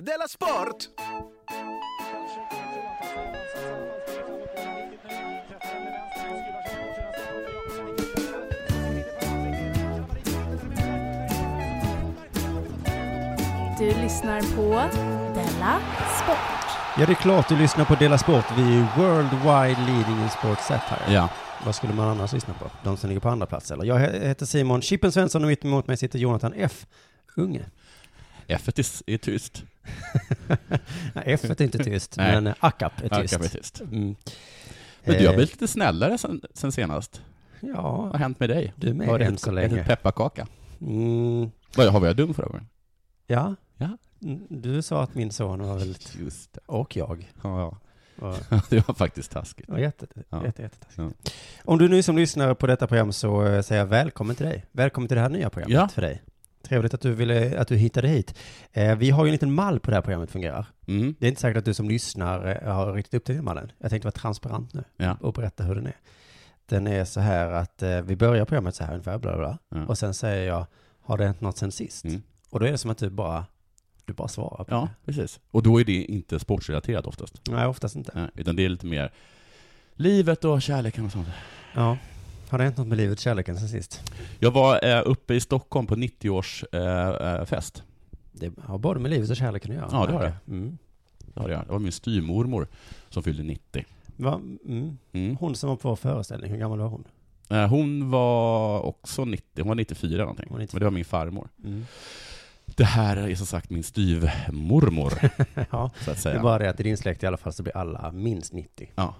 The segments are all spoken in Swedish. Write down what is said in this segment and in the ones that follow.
Della Sport! Du lyssnar på Della Sport. Ja, det är klart du lyssnar på Dela Sport. Vi är ju worldwide leading in sport satire. Ja. Vad skulle man annars lyssna på? De som ligger på andra plats eller? Jag he- heter Simon Chippen Svensson och mitt emot mig sitter Jonathan F. Unge. F är tis- är tyst. Nej, F är inte tyst, Nej. men ACAP är Ökar tyst. med tyst. Mm. Men du har Eh, blivit lite snällare sen, sen senast. Vad Ja, har hänt med dig? du är med Har du än ätit- så ätit länge. pepparkaka? Mm, Vad, har jag dum förra gången? ja. Ja. Mm, Du sa att min son var väldigt... Just det. Och jag. Ja, Var, ja. det var faktiskt taskigt. var jätte, Ja. jätte, jättetaskigt. Ja. Om du nu som lyssnar på detta program så eh, säger jag välkommen till dig. Välkommen till det här nya programmet Ja. för dig. Trevligt att du, ville, att du hittade hit. Eh, vi har ju en liten mall på det här programmet fungerar. Mm. Det är inte säkert att du som lyssnar eh, har riktigt upp till den mallen. Jag tänkte vara transparent nu Ja. och berätta hur den är. Den är så här att eh, vi börjar programmet så här ungefär, bla bla, bla. Ja. Och sen säger jag, har det hänt något sen sist? Mm. Och då är det som att du bara, du bara svarar på ja, precis. Och då är det inte sportrelaterat oftast. det. Nej, oftast inte. Nej, Utan det är lite mer livet och kärleken och sånt. Ja. Har det hänt något med livet och kärleken sen sist? Jag var eh, uppe i Stockholm på eh, 90-årsfest. Det har både med livet och kärleken att göra. Ja, det har märker jag. Mm. Ja, det var- det var min styvmormor som fyllde 90. Va? Mm. Mm. Hon som var på vår föreställning, hur gammal var hon? Eh, Hon var också 90, hon var 94 någonting. Hon var 94. Men det var min farmor. Mm. Det här är som sagt min styvmormor, Ja, så att det är säga. bara det att i din släkt i alla fall så blir alla minst Mm. 90. Ja.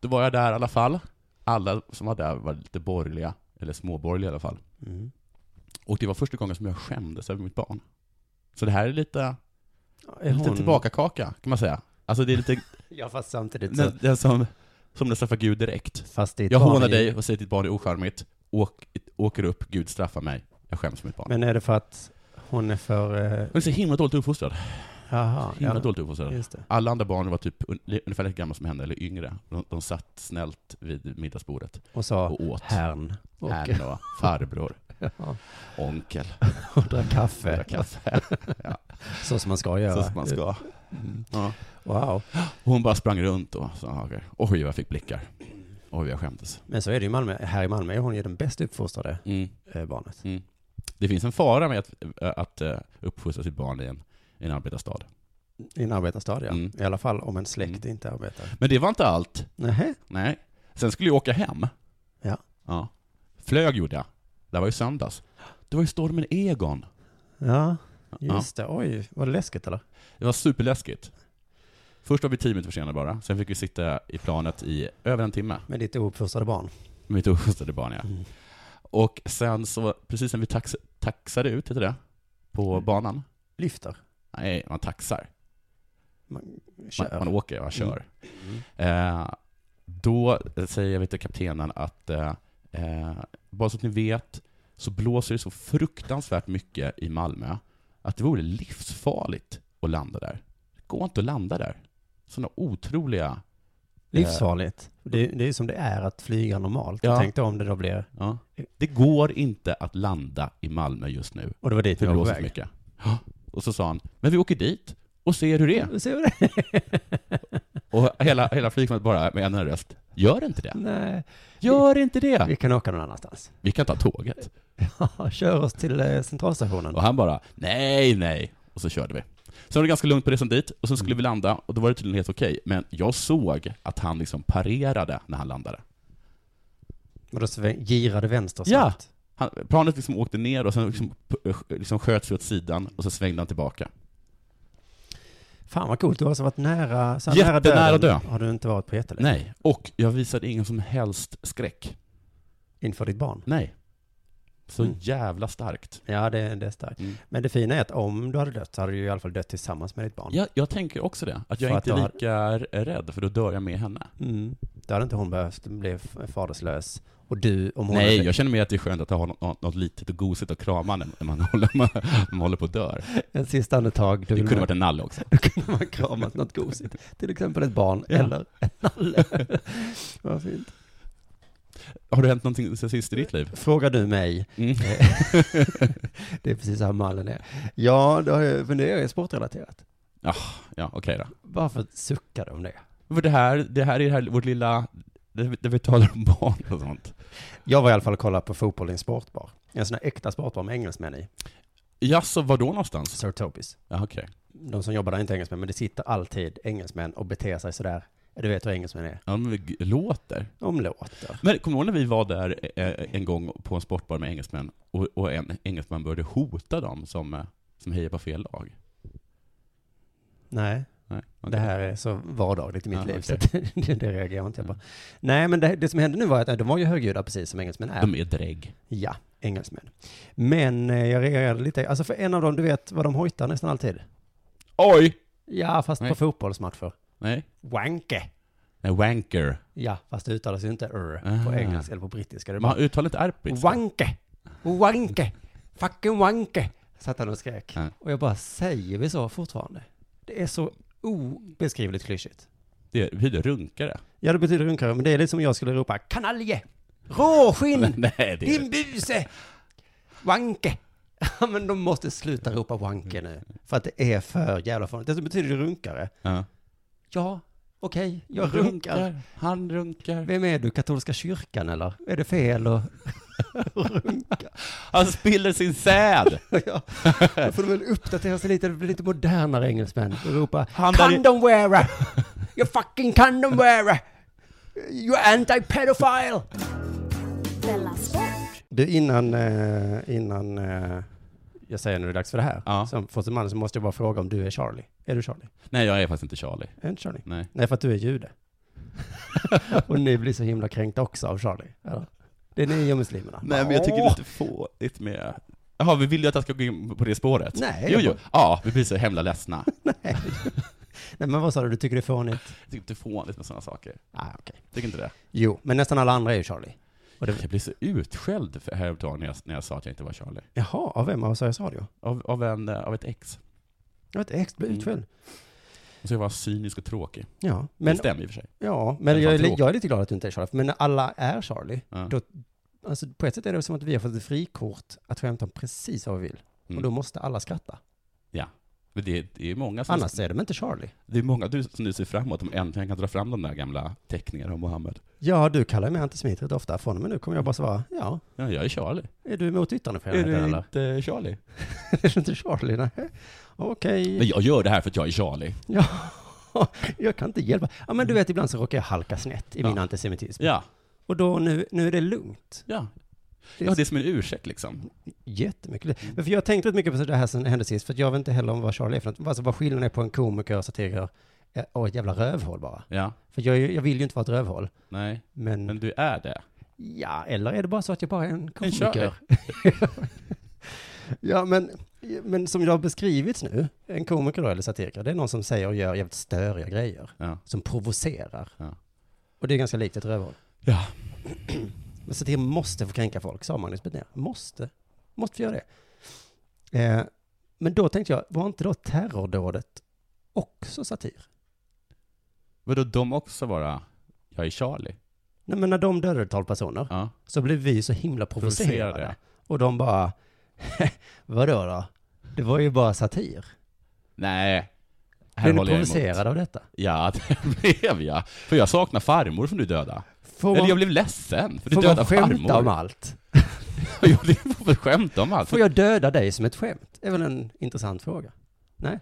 Då var jag där i alla fall. Alla som var där var lite borgerliga, eller småborgerliga i alla fall. Mm. Och det var första gången som jag skämdes över mitt barn. Så det här är lite, Är lite tillbaka-kaka, kan man säga. Alltså det är lite, Ja, fast samtidigt så... den, den som, som den straffar Gud direkt. Fast ditt Jag barn hånar är ju- dig och säger att ditt barn är ocharmigt. Åk, åker upp, Gud straffar mig. Jag skäms för mitt barn. Men är det för att hon är för... eh, Hon är så himla dåligt uppfostrad. Jaha. Himla ja. dåligt uppfostrad. Just det. Alla andra barn var typ un- li- ungefär lika gamla som henne, eller yngre. De, de satt snällt vid middagsbordet Och sa och åt. härn. Och, Herrn och farbror, Ja, onkel, och drack kaffe. drack kaffe. Så som man ska göra. Mm. Så som man ska. Ja. Wow. Och Hon bara sprang runt och sa saker. Oj, vad jag fick blickar. Oj, jag skämdes. Men så är det ju i Malmö. Här i Malmö är hon ju den bäst uppfostrade Mm. eh, barnet. Mm. Det finns en fara med att, att eh, uppfostra sitt barn i en, i en arbetarstad. I en arbetarstad, ja. Mm. I alla fall om en släkt inte arbetar. Men det var inte allt. Nähä? Nej. Sen skulle jag åka hem. Ja. ja. Flög gjorde jag. Det var ju söndags. Det var ju stormen Egon. Ja, Ja. just det. Oj, var det läskigt eller? Det var superläskigt. Först var vi tio minuter försenade bara, sen fick vi sitta i planet i över en timme Med ditt ouppfostrade barn. med mitt oskjutsade barn. Ja. Mm. Och sen så, precis när vi tax, taxade ut, heter det, Mm. på banan. Lyfter. Nej, man taxar. Man Man, kör. man åker, man kör. Mm. Eh, då säger vi till kaptenen att eh, eh, bara så att ni vet så blåser det så fruktansvärt mycket i Malmö att det vore livsfarligt att landa där. Det går inte att landa där. Sådana otroliga... Livsfarligt. Det, det är ju som det är att flyga normalt. Eh. Ja. Tänk dig om det då blir... Ja. Det går inte att landa i Malmö just nu. Och det var dit För jag det var på blåser så väg. mycket. Ja. Och så sa han, men vi åker dit och ser hur det är. Ser du det? Och hela, hela flygplanet bara med en röst, gör inte det. Nej, Gör inte vi det. kan åka någon annanstans. Vi kan ta tåget. Ja, kör oss till eh, centralstationen. Och han bara, nej, nej. Och så körde vi. Sen var det ganska lugnt på resan dit, och sen skulle vi landa, och då var det tydligen helt okej. Men jag såg att han liksom parerade när han landade. Och då sväng, girade vänster Ja. snabbt. Han, planet liksom åkte ner och sen liksom, liksom sköts vi åt sidan, och så svängde han tillbaka. Fan vad coolt, du har alltså varit nära, så här nära Jättenära döden. dö. Har du inte varit på jättelänge? Nej. Och jag visade ingen som helst skräck. Inför ditt barn? Nej. Så Mm. jävla starkt. Ja, det, det är starkt. Mm. Men det fina är att om du hade dött så hade du i alla fall dött tillsammans med ditt barn. Jag, jag tänker också det, att jag För inte är att lika rädd, för då dör jag med henne. Mm. Då hade inte hon behövt bli f- faderslös. Och du, om hon Nej, hade... jag känner mer att det är skönt att ha något, något, något litet och gosigt att krama när när man håller, man, man håller på att dö. En sista andetag, då Det vill kunde man, varit en nalle också. då kunde man kramat något gosigt. Till exempel ett barn Ja. eller en nalle. Vad fint. Har det hänt någonting sen sist i ditt liv? Frågar du mig, Mm. det är precis så här mallen är. Ja, då har jag funderat, är sportrelaterat. Ja, okej då. Varför suckar du om det? För det här, det här är det här, vårt lilla, där vi- där vi talar om barn och sånt. Jag var i alla fall och kollade på fotboll i en sportbar. En sån här äkta sportbar med engelsmän i. Jaså, var då någonstans? Sir Tobis. Ja, okej. De som jobbar där är inte engelsmän, men det sitter alltid engelsmän och beter sig sådär. Du vet hur engelsmän är. Ja, men g- låter. De låter. Men kommer du ihåg när vi var där eh, en gång på en sportbar med engelsmän och, och en engelsman började hota dem som, eh, som hejar på fel lag? Nej, Nej, okej. det här är så vardagligt i mitt Ja, liv, okej. Mm. så att det, det reagerar jag inte på. Nej, men det, det som hände nu var att de var ju högljudda precis som engelsmän är. De är drägg. Ja, engelsmän. Men eh, jag reagerade lite, alltså för en av dem, du vet vad de hojtar nästan alltid? Oj! Ja, fast på Nej. fotbollsmatcher. Nej. Wanke. Nej, wanker. Ja, fast det uttalas ju inte r på Ah. engelska eller på brittiska. Det är Man uttalar inte R på brittiska. Wanke! Wanke! Fucking wanke! Satt han och skrek. Ja. Och jag bara, säger vi så fortfarande? Det är så obeskrivligt klyschigt. Det betyder runkare. Ja, det betyder runkare, men det är lite som om jag skulle ropa kanalje, råskinn, Nej, det är... din buse, wanke. Ja, men de måste sluta ropa wanke nu, för att det är för jävla fånigt. Det betyder ju runkare. Ja. Ja, okej, jag runkar. Han runkar. Vem är du, katolska kyrkan eller? Är det fel att runka? Han spiller sin säd. Ja, då får de väl uppdatera sig lite, det blir lite modernare engelsmän. Europa. Han där är- Condom wearer! You fucking condom wearer! You anti-pedophile! Della Sport. Du, innan, eh, innan eh, jag säger när det är dags för det här, Ja. som första man så måste jag bara fråga om du är Charlie. Är du Charlie? Nej, jag är faktiskt inte Charlie. Är du inte Charlie? Nej. Nej, för att du är jude. Och ni blir så himla kränkta också av Charlie. Eller? Det är ni och muslimerna. Nej, men jag tycker det är lite fånigt med... Jaha, vi vill ju att jag ska gå in på det spåret. Nej, Jo, jag jo. Ja, vi blir så himla ledsna. Nej, men vad sa du? Du tycker det är fånigt? Jag tycker det är fånigt med sådana saker. Ah, okej. Tycker inte det? Jo, men nästan alla andra är ju Charlie. Och det- Jag blev så utskälld för- häromdagen när jag, när jag sa att jag inte var Charlie. Jaha, av vem? Av Sveriges Radio? Av, av, en, eh, av ett ex. Jag vet inte, ex blev Mm. utskälld. Och så jag var cynisk och tråkig. Ja, Men, men, det stämmer i och för sig. ja, men Men jag, är, fan li- tråkigt. jag är lite glad att du inte är Charlie, men när alla är Charlie, Ja. då, alltså på ett sätt är det som att vi har fått ett frikort att skämta om precis vad vi vill. Och Mm. då måste alla skratta. Men det, det är många som... Annars är de inte Charlie. Det är många du, som du ser fram emot, om äntligen kan dra fram de där gamla teckningarna om Mohammed. Ja, du kallar mig antisemit rätt ofta. Från och med nu kommer jag bara svara, ja, Ja, jag är Charlie. är du emot yttrandefriheten är du eller? inte Charlie? är du inte Charlie? Nej. Okej. Men jag gör det här för att jag är Charlie. Ja. Jag kan inte hjälpa. Ja, men du vet, ibland så råkar jag halka snett i min antisemitism. Mm. Ja, Och då nu, nu är det lugnt. ja. Ja, det är som en ursäkt liksom. Jättemycket. Mm. Men för jag har tänkt rätt mycket på det här sen hände sist, för att jag vet inte heller om vad Charlie är för något. Alltså vad skillnaden är på en komiker och satiriker eh, och ett jävla rövhål bara. Ja, För jag, är ju- jag vill ju inte vara ett rövhål. nej. Men, Men du är det. ja, eller är det bara så att jag bara är en komiker? Charlie. ja, men, men som det har beskrivits nu, en komiker då, eller satiriker, det är någon som säger och gör jävligt störiga grejer. Ja. Som provocerar. Ja. Och det är ganska likt ett rövhål. Ja. Men satir måste få kränka folk, sa Magnus Betnér. Måste. Måste få göra det. Eh, men då tänkte jag, var inte då terrordådet också satir? Vadå, de också bara, jag är Charlie? Nej, men när de dödade tolv personer Ja. så blev vi så himla provocerade. Och de bara, vadå då? Det var ju bara satir. Nej. Här Blev ni håller jag emot. provocerade av detta? Ja, det blev jag. För jag saknar farmor som du dödade. Får Eller jag man, blev ledsen, för du får man dödade skämta om farmor. allt? Jo, det får väl skämta om allt. Får jag döda dig som ett skämt? är väl en intressant fråga. Nej.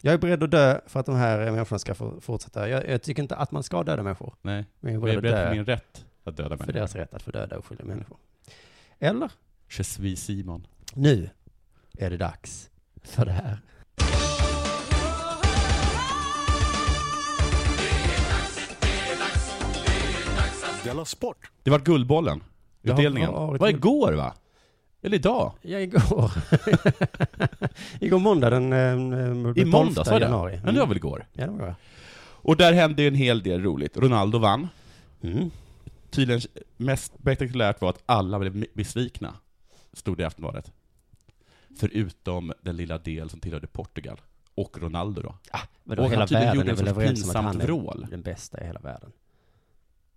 Jag är beredd att dö för att de här människorna ska få fortsätta. Jag, jag tycker inte att man ska döda människor. Nej, Men jag är men jag är beredd, att dö beredd för min rätt att döda för alltså. människor. deras rätt att få döda oskyldiga människor. Eller? Je suis Simon. Nu är det dags för det här. Della Sport! Det var Guldbollen, Det har utdelningen. varit var guld- igår va? Eller idag? Ja, igår. igår måndag den... ehm, I 12 måndags var det? januari. Mm. Men det var väl igår? Ja, det var det. Och där hände ju en hel del roligt. Ronaldo vann. Mm. Tydligen mest spektakulärt var att alla blev besvikna, stod det i Aftonbladet. Förutom den lilla del som tillhörde Portugal. Och Ronaldo då. Ah, vadå, Och hela han tydligen världen är gjorde en väl sorts överens om att pinsamt han är vrål. den bästa i hela världen.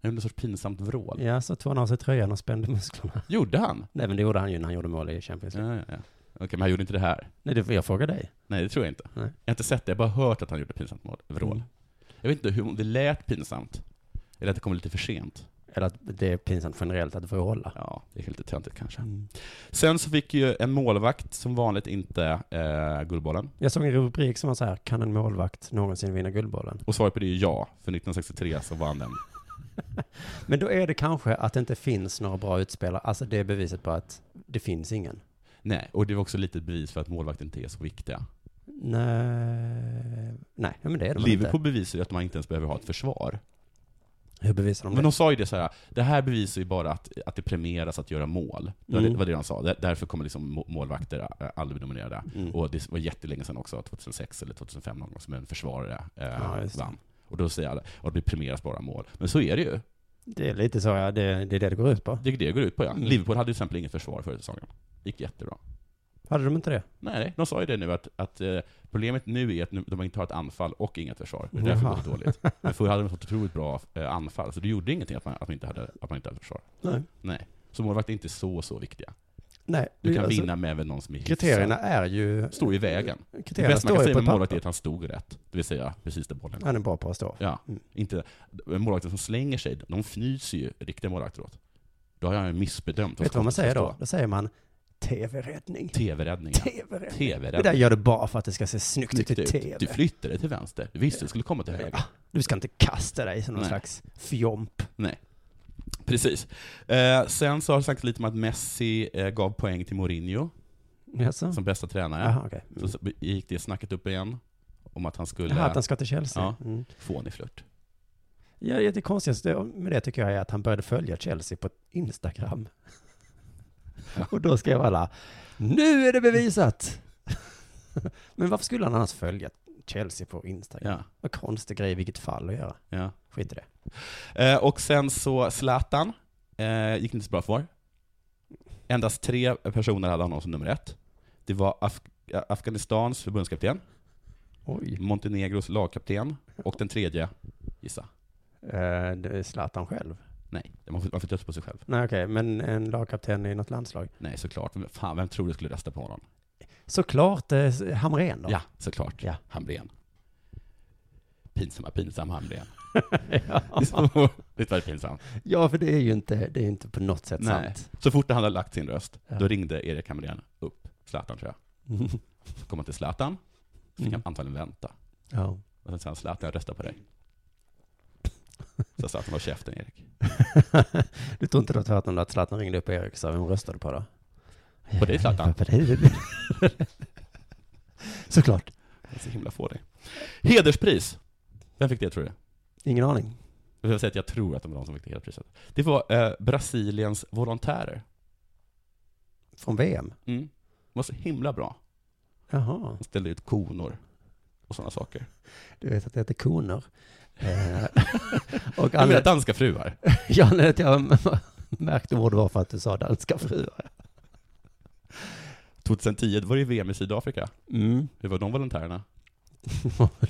Han gjorde en sorts pinsamt vrål. Ja, så tog han av sig tröjan och spände musklerna. Gjorde han? Nej, men det gjorde han ju när han gjorde mål i Champions League. Ja, ja, ja. Okej, men han gjorde inte det här. Nej, det, jag frågar dig. Nej, det tror jag inte. Nej. Jag har inte sett det, jag har bara hört att han gjorde ett pinsamt mål, vrål. Mm. Jag vet inte hur, om det lät pinsamt, eller att det kom lite för sent. Eller att det är pinsamt generellt att vråla. Ja, det är lite töntigt kanske. Mm. Sen så fick ju en målvakt som vanligt inte eh, Guldbollen. Jag såg en rubrik som var så här, kan en målvakt någonsin vinna Guldbollen? Och svaret på det är ju ja, för 1963 så vann den. Men då är det kanske att det inte finns några bra utspelare. Alltså det är beviset på att det finns ingen. Nej, och det var också lite bevis för att målvakter inte är så viktiga. Nej, nej men det är de Liverpool bevisar ju att man inte ens behöver ha ett försvar. inte. Hur bevisar de Men det? de sa ju det så här. det här bevisar ju bara att, att det premieras att göra mål. Det var det- Mm. var det de sa. Där- Därför kommer liksom må- målvakter eh, aldrig bli nominerade. Mm. Och det var jättelänge sedan också, 2006 eller 2005 någon gång, som en försvarare eh, Ja, just det. vann. Och då säger alla, och det premieras bara mål. Men så är det ju. Det är lite så, ja, det, det är det det går ut på. Det är det det går ut på ja. Mm. Liverpool hade ju till exempel inget försvar förra säsongen. gick jättebra. Hade de inte det? Nej, de sa ju det nu att, att eh, problemet nu är att nu, de inte har ett anfall och inget försvar. Det är därför det går så dåligt. Men förr hade de fått otroligt bra eh, anfall, så det gjorde ingenting att man, att man, inte, hade, att man inte hade försvar. Nej. Nej. Så målvakter är inte så, så viktiga. Nej. Du kan alltså, vinna med även någon som är hyfsad. Kriterierna är ju... Står i vägen. Det Kriterierna bästa man står kan ju säga på med målvakter är papper. att han stod rätt, det vill säga precis där bollen Han är bra på att stå. Ja, Mm. inte målvakter som slänger sig, de fnyser ju riktiga målvakter åt. Då har jag ju missbedömt Vet du vad man skottet säger ska då? stå. Då säger man TV-räddning. TV-räddning. ja. TV-räddning. Det där TV-räddning. gör du bara för att det ska se snyggt ut i Snyggt ut. Du TV. flyttade dig till vänster. Du visste du skulle komma till höger. Ja. Du ska inte kasta dig som någon Nej. slags fjomp. Precis. Eh, sen så har det sagts lite om att Messi eh, gav poäng till Mourinho Jaså? som bästa tränare. Jaha, okej. Mm. Så, så gick det snacket upp igen om att han skulle Jaha, att han ska till Chelsea? Ja. Mm. få en i flört. Ja, det, det konstigaste med det tycker jag är att han började följa Chelsea på Instagram. Och då skrev alla, nu är det bevisat! Men varför skulle han annars följa Chelsea på Instagram? Ja, Vad konstig grej i vilket fall att göra. ja. Skit i det. Eh, och sen så Zlatan eh, gick inte så bra för. Endast tre personer hade honom som nummer ett. Det var Af- Afghanistans förbundskapten, Oj. Montenegros lagkapten och den tredje, gissa. Eh, det är Zlatan själv? Nej, man får, man får inte rösta på sig själv. Nej, okej, men en lagkapten i något landslag? Nej, såklart. Men Fan, vem tror du skulle rösta på honom? Såklart eh, Hamrén då. Ja, såklart. Ja. Hamrén. Pinsamma, pinsamma Hamrén. Ja. Det var- det var pinsamt. ja, för det är ju inte, det är ju inte på något sätt Nej. sant. Så fort han hade lagt sin röst, Ja. då ringde Erik Hamrén upp Zlatan tror jag. Så kom han till Zlatan, så fick Mm. han antagligen vänta. Ja. Och sen sa han Zlatan, jag röstar på dig. Så Zlatan var käften Erik. du tror inte du har hört om det att Zlatan ringde upp Erik och sa vem röstade på då? På dig, Zlatan. Ja, På dig. Såklart. Jag är så himla fånig. Hederspris. Vem fick det tror du? Ingen aning. Jag vill säga att jag tror att det var de som fick det hederspriset. Det var eh, Brasiliens volontärer. Från VM? Mm. De var så himla bra. Jaha. De ställde ut konor och sådana saker. Du vet att det heter koner. Eh, och Jag menar anledningen danska fruar. ja, anledningen till att jag märkte ord var för att du sa danska fruar. 2010, då var det ju VM i Sydafrika. Mm. Hur var de volontärerna?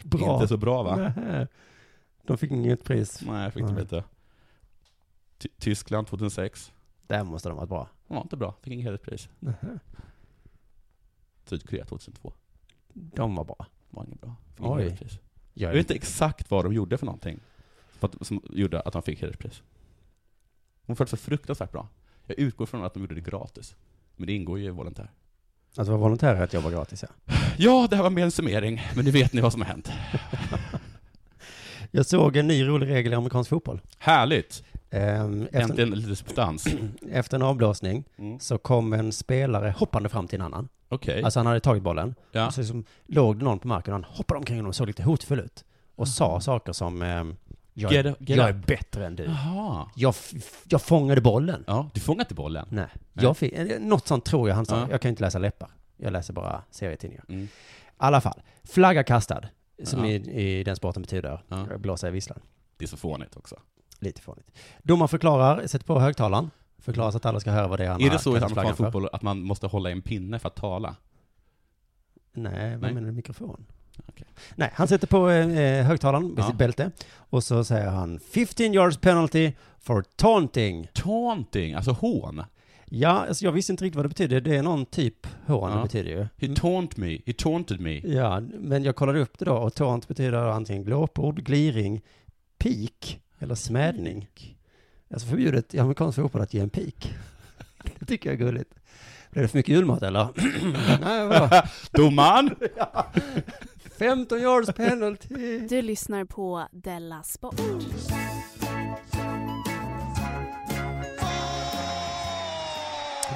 Bra. Inte så bra va? Nähä. De fick inget pris. Nej, jag fick de Nej. inte. Ty- Tyskland 2006. Där måste de ha varit bra. De var inte bra, fick inget hederspris. Nähä. Sydkorea 2002. De var bra. Var inget bra. Fick inget Oj. hederspris. Jag Jag, vet inte exakt vad de gjorde för någonting. För att, som gjorde att de fick hederspris. Hon föll så fruktansvärt bra. Jag utgår från att de gjorde det gratis. Men det ingår ju i volontär. Att vara volontär är att jobba gratis, ja. Ja, det här var mer en summering, men nu vet ni vad som har hänt. Jag såg en ny rolig regel i amerikansk fotboll. Härligt! Ehm, Efter, Äntligen lite substans. efter en avblåsning Mm. så kom en spelare hoppande fram till en annan. Okej. Alltså han hade tagit bollen. Ja. Och så liksom låg det någon på marken och han hoppade omkring honom och såg lite hotfull ut. Och sa saker som ehm, jag, Get up, get jag är up. bättre än du. Jaha. Jag, f- f- jag fångade bollen. Ja, du fångar inte bollen. Nej. Jag fick, eh, något sånt tror jag han sa. Ja. Jag kan ju inte läsa läppar. Jag läser bara serietidningar. Mm. I alla fall, flagga kastad. Som Ja. i, i den sporten betyder Ja. blåsa i visslan. Det är så fånigt också. Lite fånigt. Domaren förklarar, sätter på högtalaren, förklarar så att alla ska höra vad det är han är har det så i kastat flaggan amerikansk för. fotboll att man måste hålla i en pinne för att tala? Nej, vad Nej. menar du mikrofon? Okej. Nej, han sätter på eh, högtalaren med Ja. sitt bälte och så säger han 15 yards penalty for taunting. Taunting, alltså hån. Ja, alltså jag visste inte riktigt vad det betyder. Det är någon typ hån det Ja. betyder ju. He taunt me, he taunted me. Ja, men jag kollade upp det då och taunt betyder antingen glåpord, gliring, pik eller smädning. Alltså förbjudet i amerikansk fotboll att ge en pik. Det tycker jag är gulligt. Blev det för mycket julmat eller? Nej, vadå? Domaren! 15 yards penalty! Du lyssnar på Della Sport.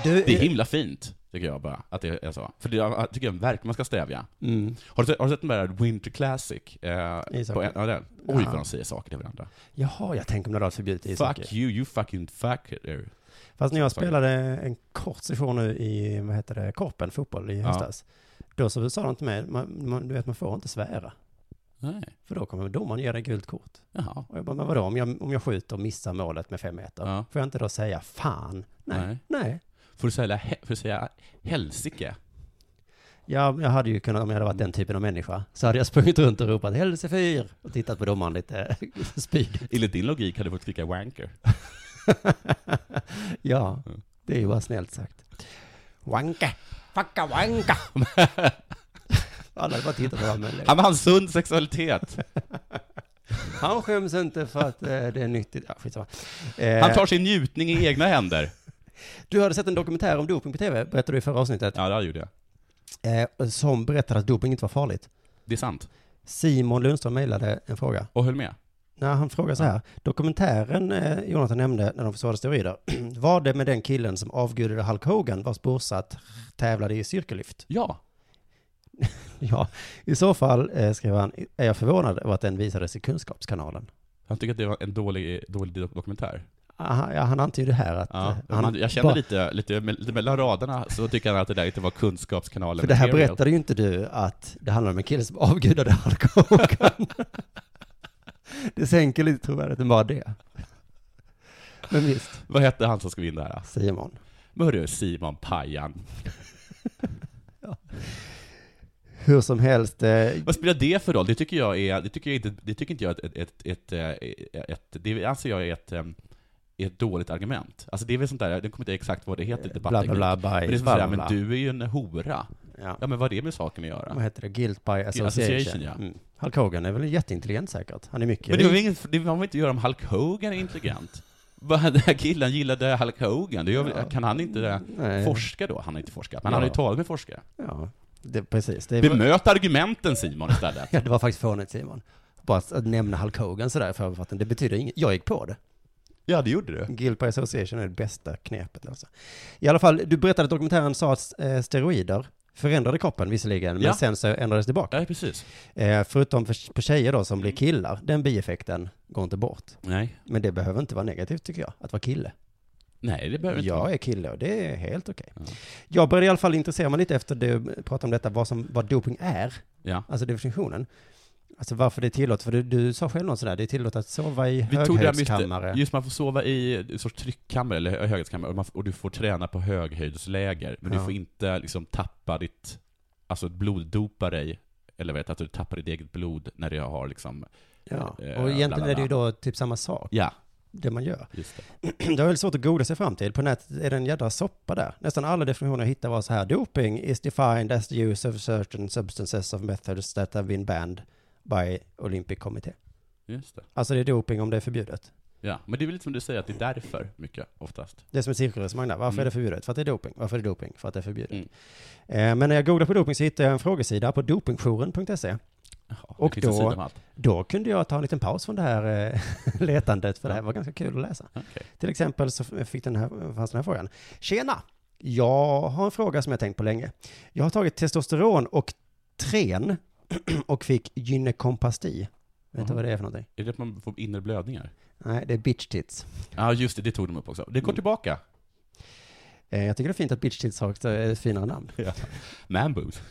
Du, Det är himla fint, tycker jag bara, att det är så. För det jag tycker jag verkligen man ska stävja. mm. Har du, sett- har du sett den där Winter Classic? Eh, på Ishockey. en, ja, den. Oj, Ja. vad de säger saker till varandra. Jaha, jag tänker om det hade varit förbjudet i Fuck ishockey. you, you fucking fucker. Fast när jag Sorry. spelade en kort session nu i, vad heter det, korpen, fotboll i Ja. höstas. Då så sa de till mig, man, man, du vet man får inte svära. Nej. För då kommer domaren ge dig gult kort. Jaha. Och jag bara, men vadå, om jag, om jag skjuter och missar målet med fem meter, Ja. får jag inte då säga fan? Nej. Nej. Nej. Får du säga, he- får du säga helsike? Jag, jag hade ju kunnat, om jag hade varit den typen av människa, så hade jag sprungit runt och ropat helse fyr och tittat på domaren lite eh, spydigt. Enligt din logik hade du fått skrika wanker. ja, Mm. det är ju bara snällt sagt. Wanka, fucka wanka. Alla hade bara tittat på honom. Han har en sund sexualitet. Han skäms inte för att eh, det är nyttigt. Ja, skitsamma. Eh, Han tar sin njutning i egna händer. Du hade sett en dokumentär om doping på tv, berättade du i förra avsnittet, Ja, det gjorde jag. eh, som berättade att doping inte var farligt. Det är sant. Simon Lundström mejlade en fråga. Och höll med. När han frågar så här, dokumentären eh, Jonathan nämnde när de försvarade steroider, var det med den killen som avgudade Hulk Hogan vars brorsa t- tävlade i cirkellyft? Ja. Ja, i så fall, eh, skrev han, är jag förvånad över att den visades i Kunskapskanalen. Han tycker att det var en dålig, dålig dokumentär. Aha, ja, han antyder här att... Ja, eh, han, men jag bara- känner lite, lite, me- lite mellan raderna så tycker han att det där inte var kunskapskanalen. För det här material. berättade ju inte du att det handlar om en kille som avgudade Hulk Hogan. det sänker lite trovärdigheten bara det. Men visst, Vad hette han som skrev in det här? Simon. Men hörru, Simon Pajan. Hur som helst, eh, Vad spelar det för roll? Det tycker jag är, det tycker jag inte, det tycker inte jag är ett, ett, ett, ett, eh, ett det anser jag är ett, em, ett dåligt argument. Alltså det är väl sånt där, det kommer inte exakt vad det heter, bla debatteknik. bla bla, bla, Men det är så här, men du är ju en hora. Ja. Ja men vad har det med saken att göra? Vad heter det? Guilt by association. association, ja. mm. Hulk Hogan är väl jätteintelligent säkert. Han är mycket... Men det har väl inget, det har väl inte att göra om Hulk Hogan är intelligent? Vad, Den här killen gillade Hulk Hogan, det gör, väl- Ja. kan han inte det? Nej. Forska då? Han har inte forskat, men Ja. han har ju talat med forskare. Ja, det, precis. Det, var, Bemöt argumenten Simon istället. ja, det var faktiskt fånigt Simon. Bara att, att nämna Hulk Hogan sådär i förbifarten, det betyder inget. Jag gick på det. ja, det gjorde du. Guilt by association är det bästa knepet alltså. I alla fall, du berättade att dokumentären sa att eh, steroider förändrade kroppen visserligen, men Ja. sen så ändrades det tillbaka. Nej, precis. Eh, förutom för, på tjejer då som blir killar, den bieffekten går inte bort. Nej, Men det behöver inte vara negativt tycker jag, att vara kille. Nej det behöver inte vara. Jag är kille och det är helt okej. Ja. Jag började i alla fall intressera mig lite efter du pratade om detta, vad, som, vad doping är, Ja. alltså definitionen. Alltså varför det är tillåtet, för du, du sa själv något sådär, det är tillåtet att sova i Vi tog det här höghöjdskammare. mycket, just man får sova i en sorts tryckkammare, eller hö- höghöjdskammare, och, man, f- och du får träna på höghöjdsläger, men Ja. du får inte liksom tappa ditt, alltså bloddopa dig, eller vet att du tappar ditt eget blod när du har liksom, ja. eh, Och egentligen bla, bla, är det ju då typ samma sak, ja, det man gör. just det. det är väl svårt att googla sig fram till, på nätet är det en jädra soppa där. Nästan alla definitioner jag hittade var så här, doping is defined as the use of certain substances of methods that have been banned by Olympic Committee. Just det. Alltså det är doping om det är förbjudet. Ja, men det är väl lite som du säger, att det är därför, mycket, oftast. Det är som ett cirkelresonemang där. Varför Mm. är det förbjudet? För att det är doping. Varför är det doping? För att det är förbjudet. Mm. Eh, men när jag googlade på doping så hittade jag en frågesida på dopingjouren.se. Jaha, Och det finns en då- sida om allt. Då kunde jag ta en liten paus från det här eh, letandet, för det här var ganska kul att läsa. Okej. Till exempel så fick den här, fanns den här frågan. Tjena! Jag har en fråga som jag tänkt på länge. Jag har tagit testosteron och tren och fick gynekompasti. Vet du Jaha. vad det är för någonting? Är det att man får inre blödningar? Nej, det är bitch tits. Ja, just det, det tog de upp också. Det går Mm. tillbaka. Eh, jag tycker det är fint att bitch tits har ett eh, finare namn. Manboobs.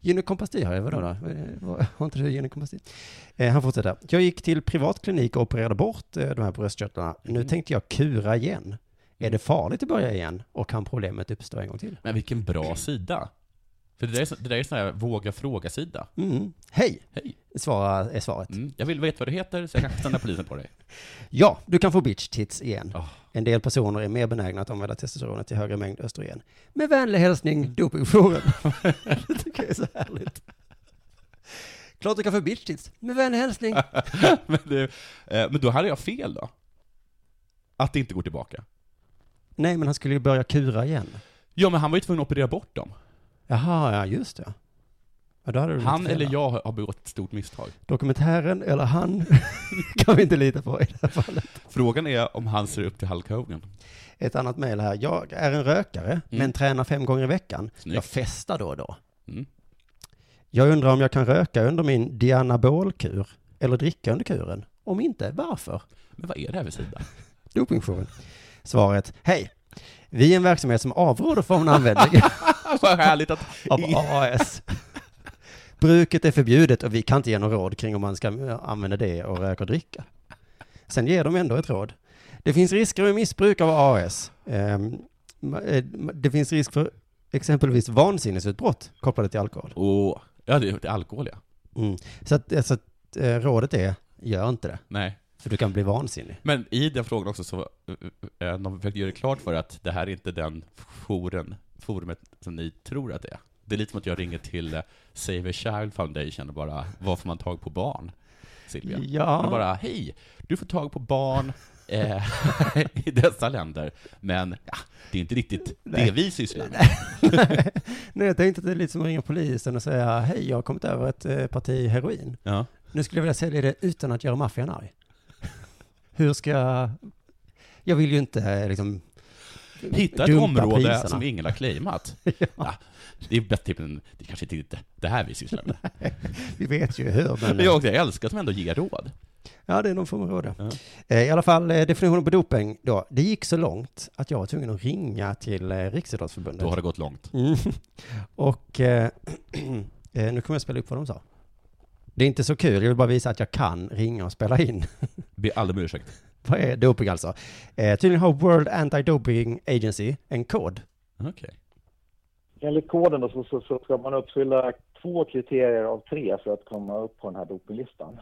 Gynekompasti har jag, vadå då? Vad- Har inte du gynekompasti? Eh, han fortsätter. Jag gick till privatklinik och opererade bort eh, de här bröstkörtlarna. Nu Mm. tänkte jag kura igen. Är det farligt att börja igen? Och kan problemet uppstå en gång till? Men vilken bra sida. För det där är, så- det där är sån här våga fråga-sida. Mm. Hej! Hej. svara, är svaret. Mm. Jag vill veta vad du heter, så jag kan sända polisen på dig. Ja, du kan få bitch tits igen. Ah. En del personer är mer benägna att använda testosteronet i högre mängd östrogen. Med vänlig Mm. hälsning, Dopingjouren. det tycker jag är så härligt. Klart du kan få bitch tits. Med vänlig hälsning. Ah. men, du, eh, men då hade jag fel då? Att det inte går tillbaka? Nej, men han skulle ju börja kura igen. Ja, men han var ju tvungen att operera bort dem. Jaha, ja just det. Ja, då hade du Han lite fel eller där. jag har begått ett stort misstag. Dokumentären eller han kan vi inte lita på i det här fallet. Frågan är om han ser upp till Hulk Hogan. Ett annat mejl här. Jag är en rökare, men tränar fem gånger i veckan. Mm. Snyggt. Jag festar då och då. Mm. Jag undrar om jag kan röka under min dianabolkur eller dricka under kuren. Om inte, varför? Men vad är det här för sida? Dopingjouren. Svaret, hej. Vi är en verksamhet som avråder från användning vad härligt att... av AAS. Bruket är förbjudet och vi kan inte ge någon råd kring om man ska eh, använda det och röka och dricka. Sen ger de ändå ett råd. Det finns risker med missbruk av AAS. Ehm, ma- eh, ma- Det finns risk för exempelvis vansinnesutbrott kopplade till alkohol. Åh, ja det är alkohol ja. Mm. Så, att, eh, så att, eh, rådet är, gör inte det. Nej. För du kan bli vansinnig. Men i den frågan också så, eh, eh, de försökte göra det klart för att det här är inte den jouren, forumet som ni tror att det är. Det är lite som att jag ringer till eh, Save a Child Foundation och bara, var får man tag på barn? Silvia. Ja. Och bara, hej, du får tag på barn eh, i dessa länder, men ja, det är inte riktigt det vi sysslar med. Nej, jag tänkte att det är lite som att ringa polisen och säga hej, jag har kommit över ett eh, parti heroin. Ja. Nu skulle jag vilja sälja det utan att göra maffian arg. Hur ska jag... Jag vill ju inte eh, liksom... Hitta ett dumpa område priserna. som ingen har claimat. ja. det är bättre, men det kanske inte är det här vi sysslar med. Vi vet ju hur, Men jag, men... också, jag älskar att de ändå ger råd. Ja, det är någon form av råd. ja. Ja. Eh, I alla fall, eh, definitionen på doping då. Det gick så långt att jag var tvungen att ringa till eh, Riksidrottsförbundet. Då har det gått långt. Mm. Och eh, eh, nu kommer jag spela upp vad de sa. Det är inte så kul, jag vill bara visa att jag kan ringa och spela in. Be aldrig om ursäkt. Vad är doping alltså? Eh, tydligen har World Anti-Doping Agency en kod. Okej. Enligt koden då så, så, så ska man uppfylla två kriterier av tre för att komma upp på den här dopinglistan.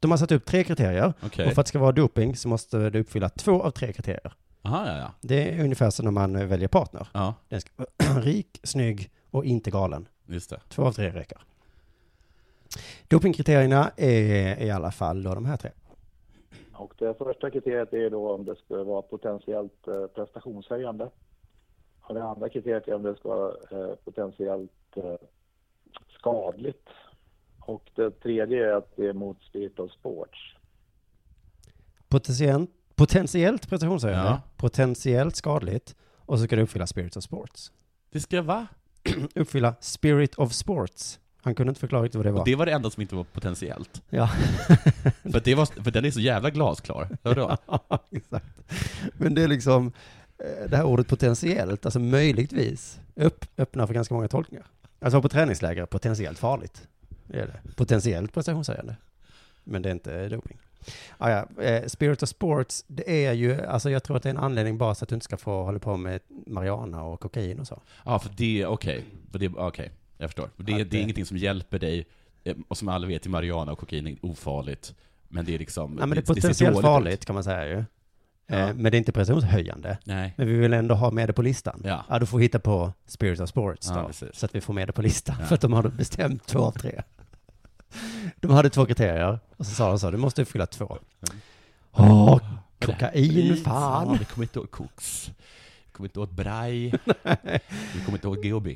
De har satt upp tre kriterier. Okej. Och för att det ska vara doping så måste du uppfylla två av tre kriterier. Aha, ja, ja. Det är ungefär som när man eh, väljer partner. Ja, Den ska vara rik, snygg och inte galen. just det. Två av tre räcker. Dopingkriterierna är i alla fall då de här tre. Och det första kriteriet är då om det ska vara potentiellt eh, prestationshöjande. Och det andra kriteriet är om det ska vara eh, potentiellt eh, skadligt. Och det tredje är att det är mot spirit of sports. Potentiellt, potentiellt prestationshöjande, Ja. potentiellt skadligt och så ska du uppfylla Spirit of Sports. Det ska vara. uppfylla Spirit of Sports. Han kunde inte förklara riktigt vad det var. Och det var det enda som inte var potentiellt. Ja. För, att det var, för den är så jävla glasklar. Vadå? Ja, exakt. Men det är liksom eh, det här ordet potentiellt, alltså möjligtvis, upp, öppnar för ganska många tolkningar. Alltså på träningsläger, potentiellt farligt. Det är det. Potentiellt prestationshöjande. Men det är inte doping. Ah, ja. eh, Spirit of Sports, det är ju, alltså jag tror att det är en anledning bara så att du inte ska få hålla på med marijuana och kokain och så. Ja, för det, okej. För det, okej. Jag förstår. För Det, Att det är det- ingenting som hjälper dig, eh, och som alla vet, är marijuana och kokain är ofarligt. Men det är liksom... Nej men det är ser dåligt potentiellt ut. farligt kan man säga ju. Eh, Ja. Men det är inte prestationshöjande. Nej. Men vi vill ändå ha med det på listan. Ja. du får hitta på Spirit of Sports Ja, då, precis. så att vi får med det på listan. Ja. För att de hade bestämt två av tre. De hade två kriterier och så sa de så, du måste uppfylla två. Åh, kokain, fan. Vi kommer inte åt koks. Vi kommer inte åt braj. vi kommer inte åt GHB.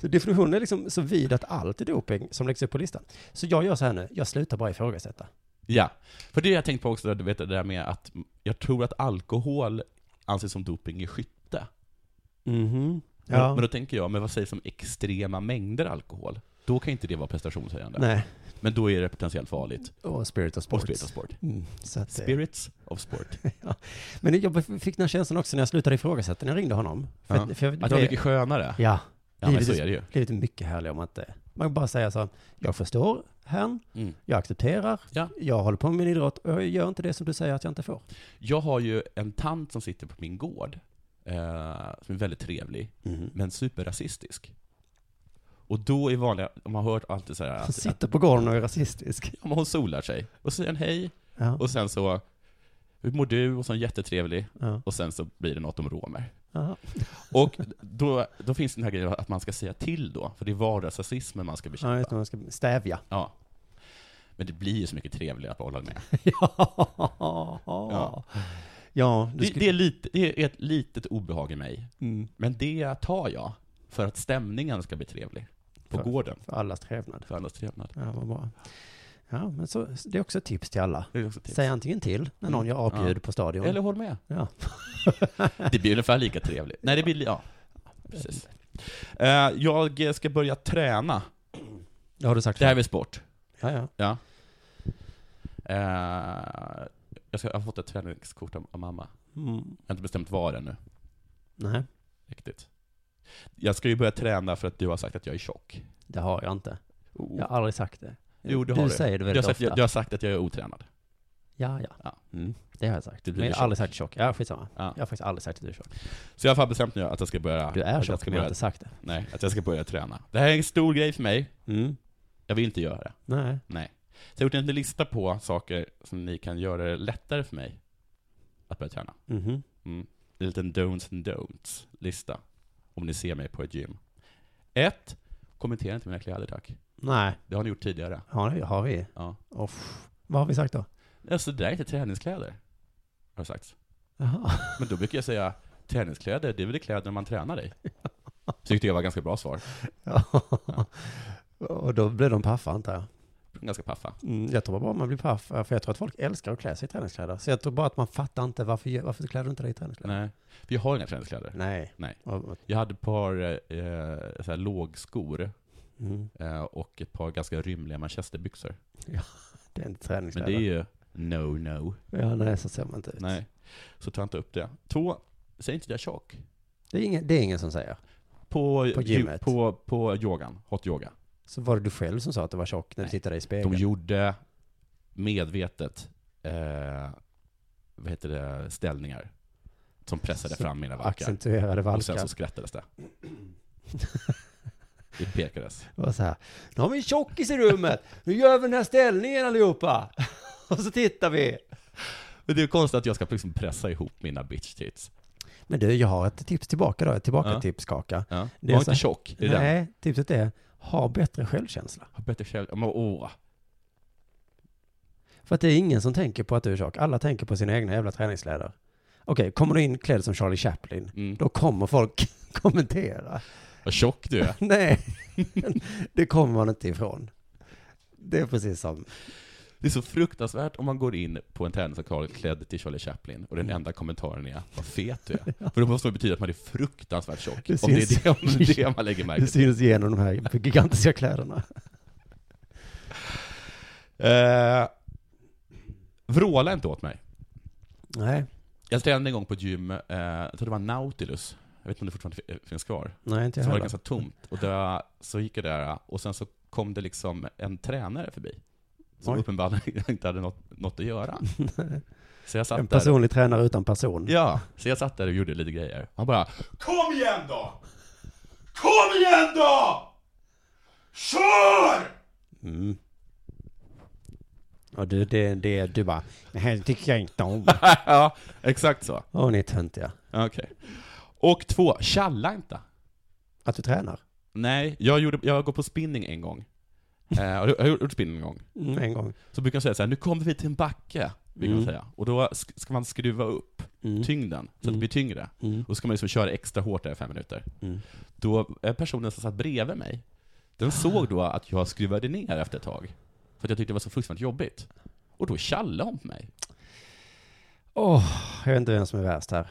Så definitionen är liksom så vid att allt är doping som läggs upp på listan. Så jag gör så här nu, jag slutar bara ifrågasätta. Ja, för det har jag tänkt på också, du vet det där med att jag tror att alkohol anses som doping i skytte. Mhm. Men- Ja. Men då tänker jag, men vad sägs om extrema mängder alkohol? Då kan inte det vara prestationshöjande. Nej. Men då är det potentiellt farligt. Och Spirit of Och Sports. spirit of sport. Mm, så att, eh, Spirits of sport. Men jag fick den här känslan också när jag slutade ifrågasätta, när jag ringde honom. För Ja. att- för jag- Att det var mycket skönare. Ja, Ja, men Livet så är det ju. livet är mycket härligare om man inte... Man kan bara säga så, jag förstår herrn, Mm. jag accepterar, Ja. jag håller på med min idrott och jag gör inte det som du säger att jag inte får. Jag har ju en tant som sitter på min Mm. gård, eh, som är väldigt trevlig, men superrasistisk. Och då är vanliga, om man har hört alltid så här Han att, att sitter på gården och är rasistisk. ja, men hon solar sig, och så säger han hej, Ja. och sen så, hur mår du? Och så är hon jättetrevlig, Ja. och sen så blir det något om romer. Ja. Och då, då finns den här grejen att man ska säga till då, för det är vardagsrasismen man ska Ja, bekämpa. just det, man ska stävja. Ja. Men det blir ju så mycket trevligare att hålla med. Ja. Ja. Ja, du Det, ska... det, är lite, det är ett litet obehag i mig, Mm, men det tar jag för att stämningen ska bli trevlig. På För- gården, för allas trevnad. för allas trevnad. Ja, vad bra. Ja, men så, det är också ett tips till alla. Det är också tips. Mm. Säg antingen till när någon gör apljud på stadion. Eller håll med. Ja. Det blir ungefär lika trevligt. Nej, det blir... Ja. Precis. Eh, Jag ska börja träna. Det har du sagt Det här är förut. väl sport? Ja, ja. Ja. Eh, Jag, ska, jag har fått ett träningskort av av mamma. Mm. Jag har inte bestämt var ännu, Nej, riktigt. Jag ska ju börja träna för att du har sagt att jag är tjock. det har jag inte. Oh. Jag har aldrig sagt det. Jo, det du har du. säger det Du har, väldigt sagt, ofta. du har sagt att jag är otränad. Ja, ja. Ja. Det har jag sagt. Du blir Men jag tjock. har aldrig sagt tjock. Ja, skitsamma. Ja. Jag har faktiskt aldrig sagt att du är tjock. Så jag har fan bestämt nu att jag ska börja... Du är att tjock, ska men jag har börja, inte sagt det. Nej, att jag ska börja träna. Det här är en stor grej för mig. Mm. Jag vill inte göra det. Nej. Nej. Så jag har gjort en lista på saker som ni kan göra det lättare för mig att börja träna. Mhm. Mm. Det är en liten don'ts and don'ts-lista. Om ni ser mig på ett gym. Ett, Kommentera inte mina kläder tack. Nej, Det har ni gjort tidigare. har, vi- har vi? Ja. Off. Vad har vi sagt då? Alltså det där är inte träningskläder. Har sagt. Jaha. Men då brukar jag säga, träningskläder, det är väl det kläder man tränar i? Tyckte jag var ganska bra svar. Ja. Och då blir de paffa antar jag. Ganska paffa. Mm, jag tror bara man blir paff, för jag tror att folk älskar att klä sig i träningskläder. Så jag tror bara att man fattar inte varför, gör- varför klär du inte dig i träningskläder? Nej. Vi har inga träningskläder. Nej. Nej. Och- och- Jag hade ett par eh, så här lågskor Mm, eh, och ett par ganska rymliga manchesterbyxor. det är inte Men träningskläder. det är ju no, no. Ja, nej, så ser man inte ut. Nej. Så ta inte upp det. Två, säg inte att jag är tjock. Det är, ingen, det är ingen som säger. På, På gymmet. På, på yogan, hot yoga. Så var det du själv som sa att du var tjock när du Nej. tittade i De spegeln. gjorde medvetet, eh, vad heter det, ställningar. Som pressade Så fram mina valkar. Accentuerade Och sen valkar. så skrattades det. Det pekades. Det var så här. Nu har vi en tjockis i rummet. Nu gör vi den här ställningen allihopa. Och så tittar vi. Men det är konstigt att jag ska liksom pressa ihop mina bitch tits. Men du, jag har ett tips tillbaka då. Ett tillbaka Ja. tips, Kaka. Ja. Det är Var så inte här- tjock. Det är den. Nej, tipset är ha bättre självkänsla. Har bättre själv... Men, åh. För att det är ingen som tänker på att du är tjock. Alla tänker på sina egna jävla träningskläder. Okej, kommer du in klädd som Charlie Chaplin, Mm. då kommer folk kommentera. Vad tjock du är. Nej, det kommer man inte ifrån. Det är precis som, Det är så fruktansvärt om man går in på en träningslokal klädd till Charlie Chaplin och Mm. den enda kommentaren är ”Vad fet du är”. För det måste betyda att man är fruktansvärt tjock. Det om, det syns. är det, om det är det man lägger det märke till. syns genom de här gigantiska kläderna. Eh, vråla inte åt mig. Nej, Jag tränade en gång på ett gym, eh, jag tror det var Nautilus. Jag vet inte om det fortfarande fi- eh, finns kvar. nej inte jag Som var heller. ganska tomt. Och där, så gick jag där och sen så kom det liksom en tränare förbi. Som Oj. uppenbarligen inte hade något, något att göra. Så jag En satt där. personlig tränare utan person. Ja, så jag satt där och gjorde lite grejer. Han bara Kom igen då! Kom igen då! Kör! Mm. Och du, det, det, du bara, det här tycker jag inte om. ja, exakt så. Åh, ni är töntiga. Okej. Och två, tjalla inte. Att du tränar. Nej, jag, gjorde, jag går på spinning en gång. Eh, jag har gjort spinning en gång. Mm, en gång. Så brukar jag säga så här, nu kommer vi till en backe. Brukar man Mm. säga. Och då sk- ska man skruva upp Mm. tyngden, så att det Mm. blir tyngre. Mm. Och så ska man liksom köra extra hårt där i fem minuter. Mm. Då eh, personen som satt bredvid mig, den såg då att jag skruvade ner efter ett tag. För att jag tyckte det var så fruktansvärt jobbigt. Och då tjallade hon på mig. Åh, jag vet inte vem som är värst här.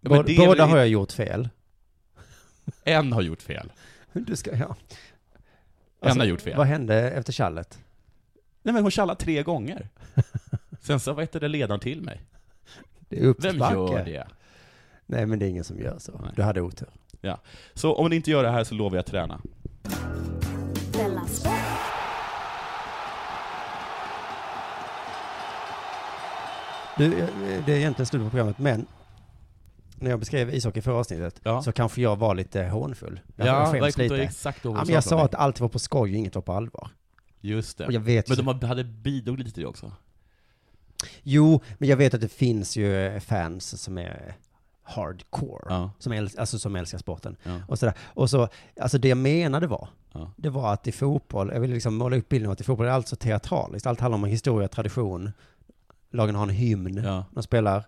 Men Båda, det är båda väl- har jag gjort fel. En har gjort fel. Du ska, ja. En har gjort fel. Vad hände efter tjallet? Nej men hon tjallade tre gånger. Sen så, vad hette det, ledaren till mig? Det är uppförsbacke. Vem gör det? Nej, men det är ingen som gör så. Nej. Du hade otur. Ja. Så om ni inte gör det här så lovar jag att träna. Della Sport. Du, eh, det är egentligen slut på programmet, men när jag beskrev ishockey förra avsnittet, Ja. så kanske jag var lite hånfull. Jag, Ja, jag jag skäms kommer inte lite. exakt Ja, ihåg vad men du jag för sa att någonting. allt var på skoj och inget var på allvar. Just det. Och jag vet men ju- de hade- hade bidrog lite till det också. Jo, men jag vet att det finns ju eh, fans som är hardcore. Ja. Som, äl- alltså, som älskar sporten. Ja. Och, sådär. och så, alltså det jag menade var, Ja. det var att i fotboll, jag ville liksom måla upp bilden av att i fotboll är allt så teatraliskt. Allt handlar om historia, tradition. Lagen har en hymn. Ja. De spelar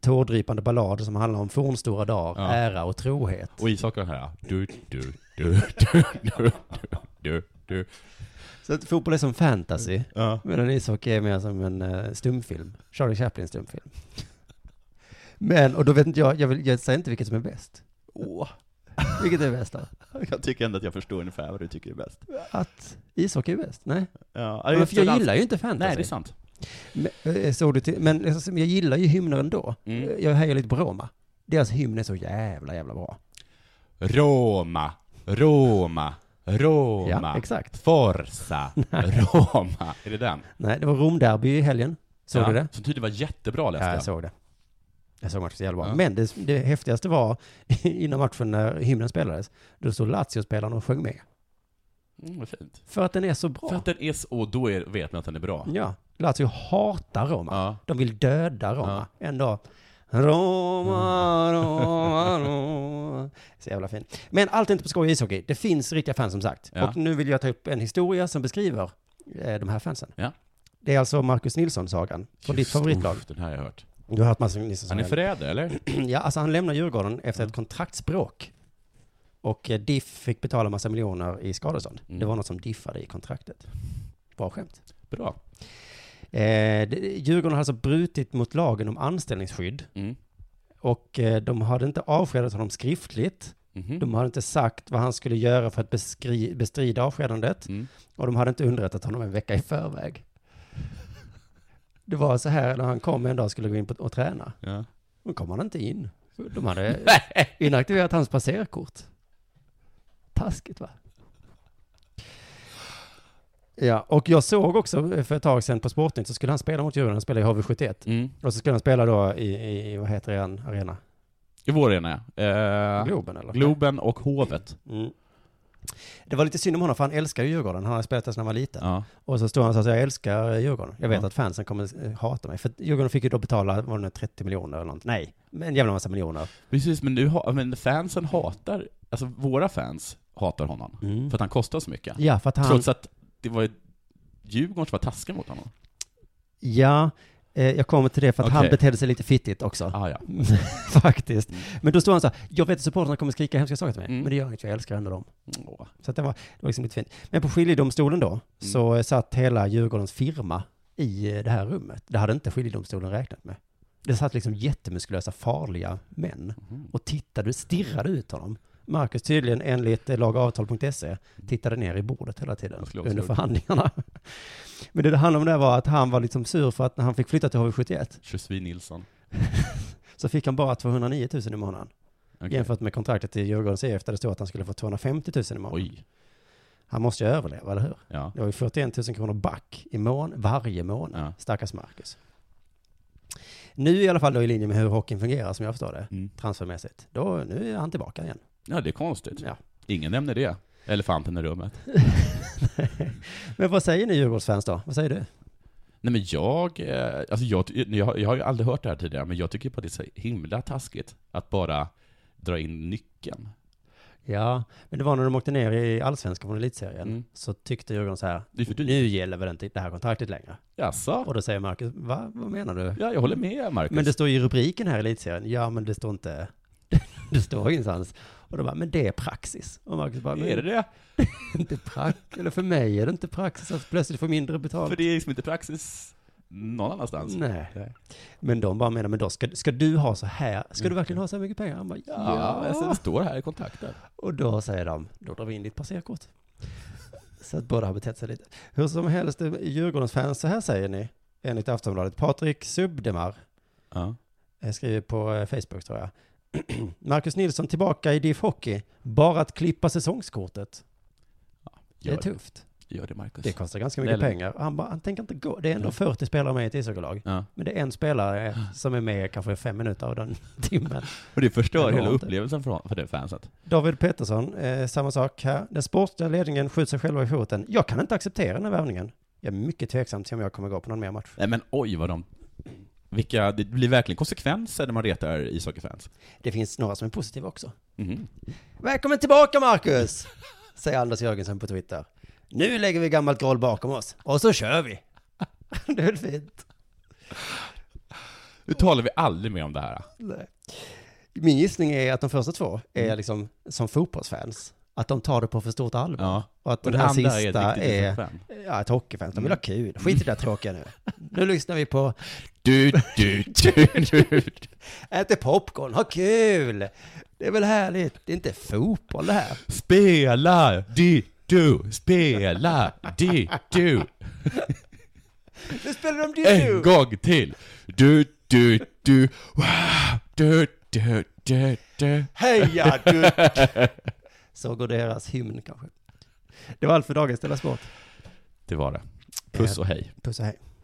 tårdrypande ballader som handlar om fornstora dagar, Ja. ära och trohet. Och Isak var här. Du, du, du, du, du, du, du. Så att fotboll är som fantasy. Ja. Medan ishockey är mer som en eh, stumfilm. Charlie Chaplin stumfilm. Men, och då vet inte jag, jag, vill, jag säger inte vilket som är bäst. Åh, Vilket är bäst då? jag tycker ändå att jag förstår ungefär vad du tycker är bäst. Att ishockey är bäst? Nej. Ja, Men för jag gillar ju inte fantasy. Nej, det är sant. Men, eh, såg du till, men liksom, jag gillar ju hymner ändå. Mm. Eh, Jag hejar lite på Roma. Deras hymn är så jävla, jävla bra. Roma, Roma, Roma. Ja, exakt. Forza, Roma. Är det den? Nej, det var Romderby i helgen. Såg ja. du det? Som tydligen var jättebra läste Ja, jag såg det. Jag såg matchen så jävla bra. Ja. Men det, det häftigaste var innan matchen när hymnen spelades, då stod Lazio-spelaren och sjöng med. Mm, vad fint. För att den är så bra. För att den är så, och då är, vet man att den är bra. Ja, Lazio hatar Roma. Ja. De vill döda Roma. En dag. Roma, Roma, Roma. Så jävla fin. Men allt är inte på skoj i ishockey. Det finns riktiga fans som sagt. Ja. Och nu vill jag ta upp en historia som beskriver eh, de här fansen. Ja. Det är alltså Marcus Nilsson-sagan från ditt Just, favoritlag. Uff, den här har jag hört. Du har hört Marcus Nilsson Han är förrädare, eller? Ja, alltså han lämnar Djurgården efter Mm. ett kontraktsbråk. Och eh, DIF fick betala massa miljoner i skadestånd. Mm. Det var något som diffade i kontraktet. Bra skämt. Bra. Eh, det- Djurgården har alltså brutit mot lagen om anställningsskydd Mm. och eh, de hade inte avskedat honom skriftligt. Mhm. De hade inte sagt vad han skulle göra för att beskri- bestrida avskedandet Mm. och de hade inte underrättat honom en vecka i förväg. Det var så här när han kom en dag och skulle gå in på, och träna. Ja. Då kom han inte in. De hade inaktiverat hans passerkort. Taskigt va? Ja, och jag såg också eh, för ett tag sedan på Sportnytt så skulle han spela mot Djurgården, han spelade i HV71. Mm. Och så skulle han spela då i, i, i vad heter det, en arena? I vår arena, ja. Eh, Globen eller? Globen och Hovet. Mm. Det var lite synd om honom för han älskar ju Djurgården, han hade spelat där sedan han var liten. Ja. Och så stod han och sa så här, jag älskar eh, Djurgården. Jag vet Ja. att fansen kommer eh, hata mig. För att Djurgården fick ju då betala, var det nu 30 miljoner eller något? Nej, men en jävla massa miljoner. Precis, men, nu ha, men fansen hatar, alltså våra fans hatar honom. Mm. För att han kostar så mycket. Ja, för att han... Trots att det var ju Djurgården som var taskiga mot honom. Ja, eh, jag kommer till det för att han Okej. betedde sig lite fittigt också. Ah, ja. Faktiskt. Men då stod han så här, jag vet att supportrarna kommer skrika hemska saker till mig, Mm. men det gör inget, jag älskar ändå dem. Åh. Så att det, var, det var liksom lite fint. Men på skiljedomstolen Mm. då, så eh, satt hela Djurgårdens firma i eh, det här rummet. Det hade inte skiljedomstolen räknat med. Det satt liksom jättemuskulösa, farliga män Mm-hmm. och tittade, stirrade ut honom. Marcus tydligen enligt eh, lagavtal.se tittade ner i bordet hela tiden Jag skulle också under gjort det. förhandlingarna. Men det det handlade om där var att han var liksom sur för att när han fick flytta till HV71 Josefin Nilsson. så fick han bara 209 000 i månaden. Okej. Jämfört med kontraktet i Djurgårdens IF där det stod att han skulle få 250 000 i månaden. Oj. Han måste ju överleva, eller hur? Ja. Det var ju 41 000 kronor back i mån, varje månad. Ja. Stackars Marcus. Nu i alla fall då i linje med hur hockeyn fungerar som jag förstår det, Mm. transfermässigt. Då, nu är han tillbaka igen. ja, det är konstigt. Ja. Ingen nämner det. Elefanten i rummet. Mm. Men vad säger ni Djurgårdsfans då? Vad säger du? Nej men jag, eh, alltså jag, jag, har- jag har ju aldrig hört det här tidigare, men jag tycker på att det är så himla taskigt att bara dra in nyckeln. Ja, men det var när de åkte ner i allsvenskan från elitserien Mm. så tyckte Djurgården så här, Det är för dyrt. nu gäller väl inte det här kontraktet längre. Jaså? Och då säger Marcus, Va? vad menar du? Ja, jag håller med Marcus. Men det står ju i rubriken här i elitserien, ja men det står inte, det står ingenstans. Och de bara, men det är praxis. Och Marcus bara, men Är det det? inte praxis, eller för mig är det inte praxis att plötsligt få mindre betalt. För det är liksom inte praxis någon annanstans. Nej. Men de bara menar, men då ska, ska du ha så här, ska du verkligen ha så här mycket pengar? Han bara, Ja, ja. jag ser det står här i kontakten. Och då säger de, då drar vi in ditt passerkort. Så att båda har betett sig lite. Hur som helst, eh, Djurgårdens fans, så här säger ni, enligt Aftonbladet. Patrik Subdemar Ja. eh, skriver på eh, Facebook tror jag. Marcus Nilsson tillbaka i DIF Hockey, bara att klippa säsongskortet. Det är Gör det. tufft. gör det, Marcus. Det kostar ganska mycket Eller- pengar. Han, bara, han tänker inte gå. Det är ändå 40 spelare med i ett ishockeylag. Ja. Men det är en spelare som är med kanske i fem minuter av den timmen. Och det förstör Det hela går inte. upplevelsen för, för det fanset. David Pettersson, eh, samma sak här. Den sportliga ledningen skjuter sig själva i foten. Jag kan inte acceptera den här värvningen. Jag är mycket tveksam till om jag kommer gå på någon mer match. Nej men oj vad de... Vilka, det blir verkligen konsekvenser när man retar ishockeyfans. Det finns några som är positiva också. Mhm. Välkommen tillbaka Marcus! Säger Anders Jörgensen på Twitter. Nu lägger vi gammalt groll bakom oss och så kör vi! Det är väl fint? Nu talar vi aldrig mer om det här. Nej. Min gissning är att de första två är Mm. liksom som fotbollsfans. Att de tar det på för stort allvar. Ja. Och att Och den det här andra är ett sista riktigt är, ishockeyfan. ja, ett hockeyfan. De vill ha kul. Skit i det där tråkiga nu. Nu lyssnar vi på Du, du, du, du. Äter popcorn, ha kul! Det är väl härligt? Det är inte fotboll det här. Spela, du, du. Spela, du, du. Nu spelar de En diddo! gång till. Du, du, du. Wow. Du, du, du, du. Heja du! Så går deras hymn kanske. Det var allt för dagens Della Sport. Det var det. Puss och hej. Puss och hej.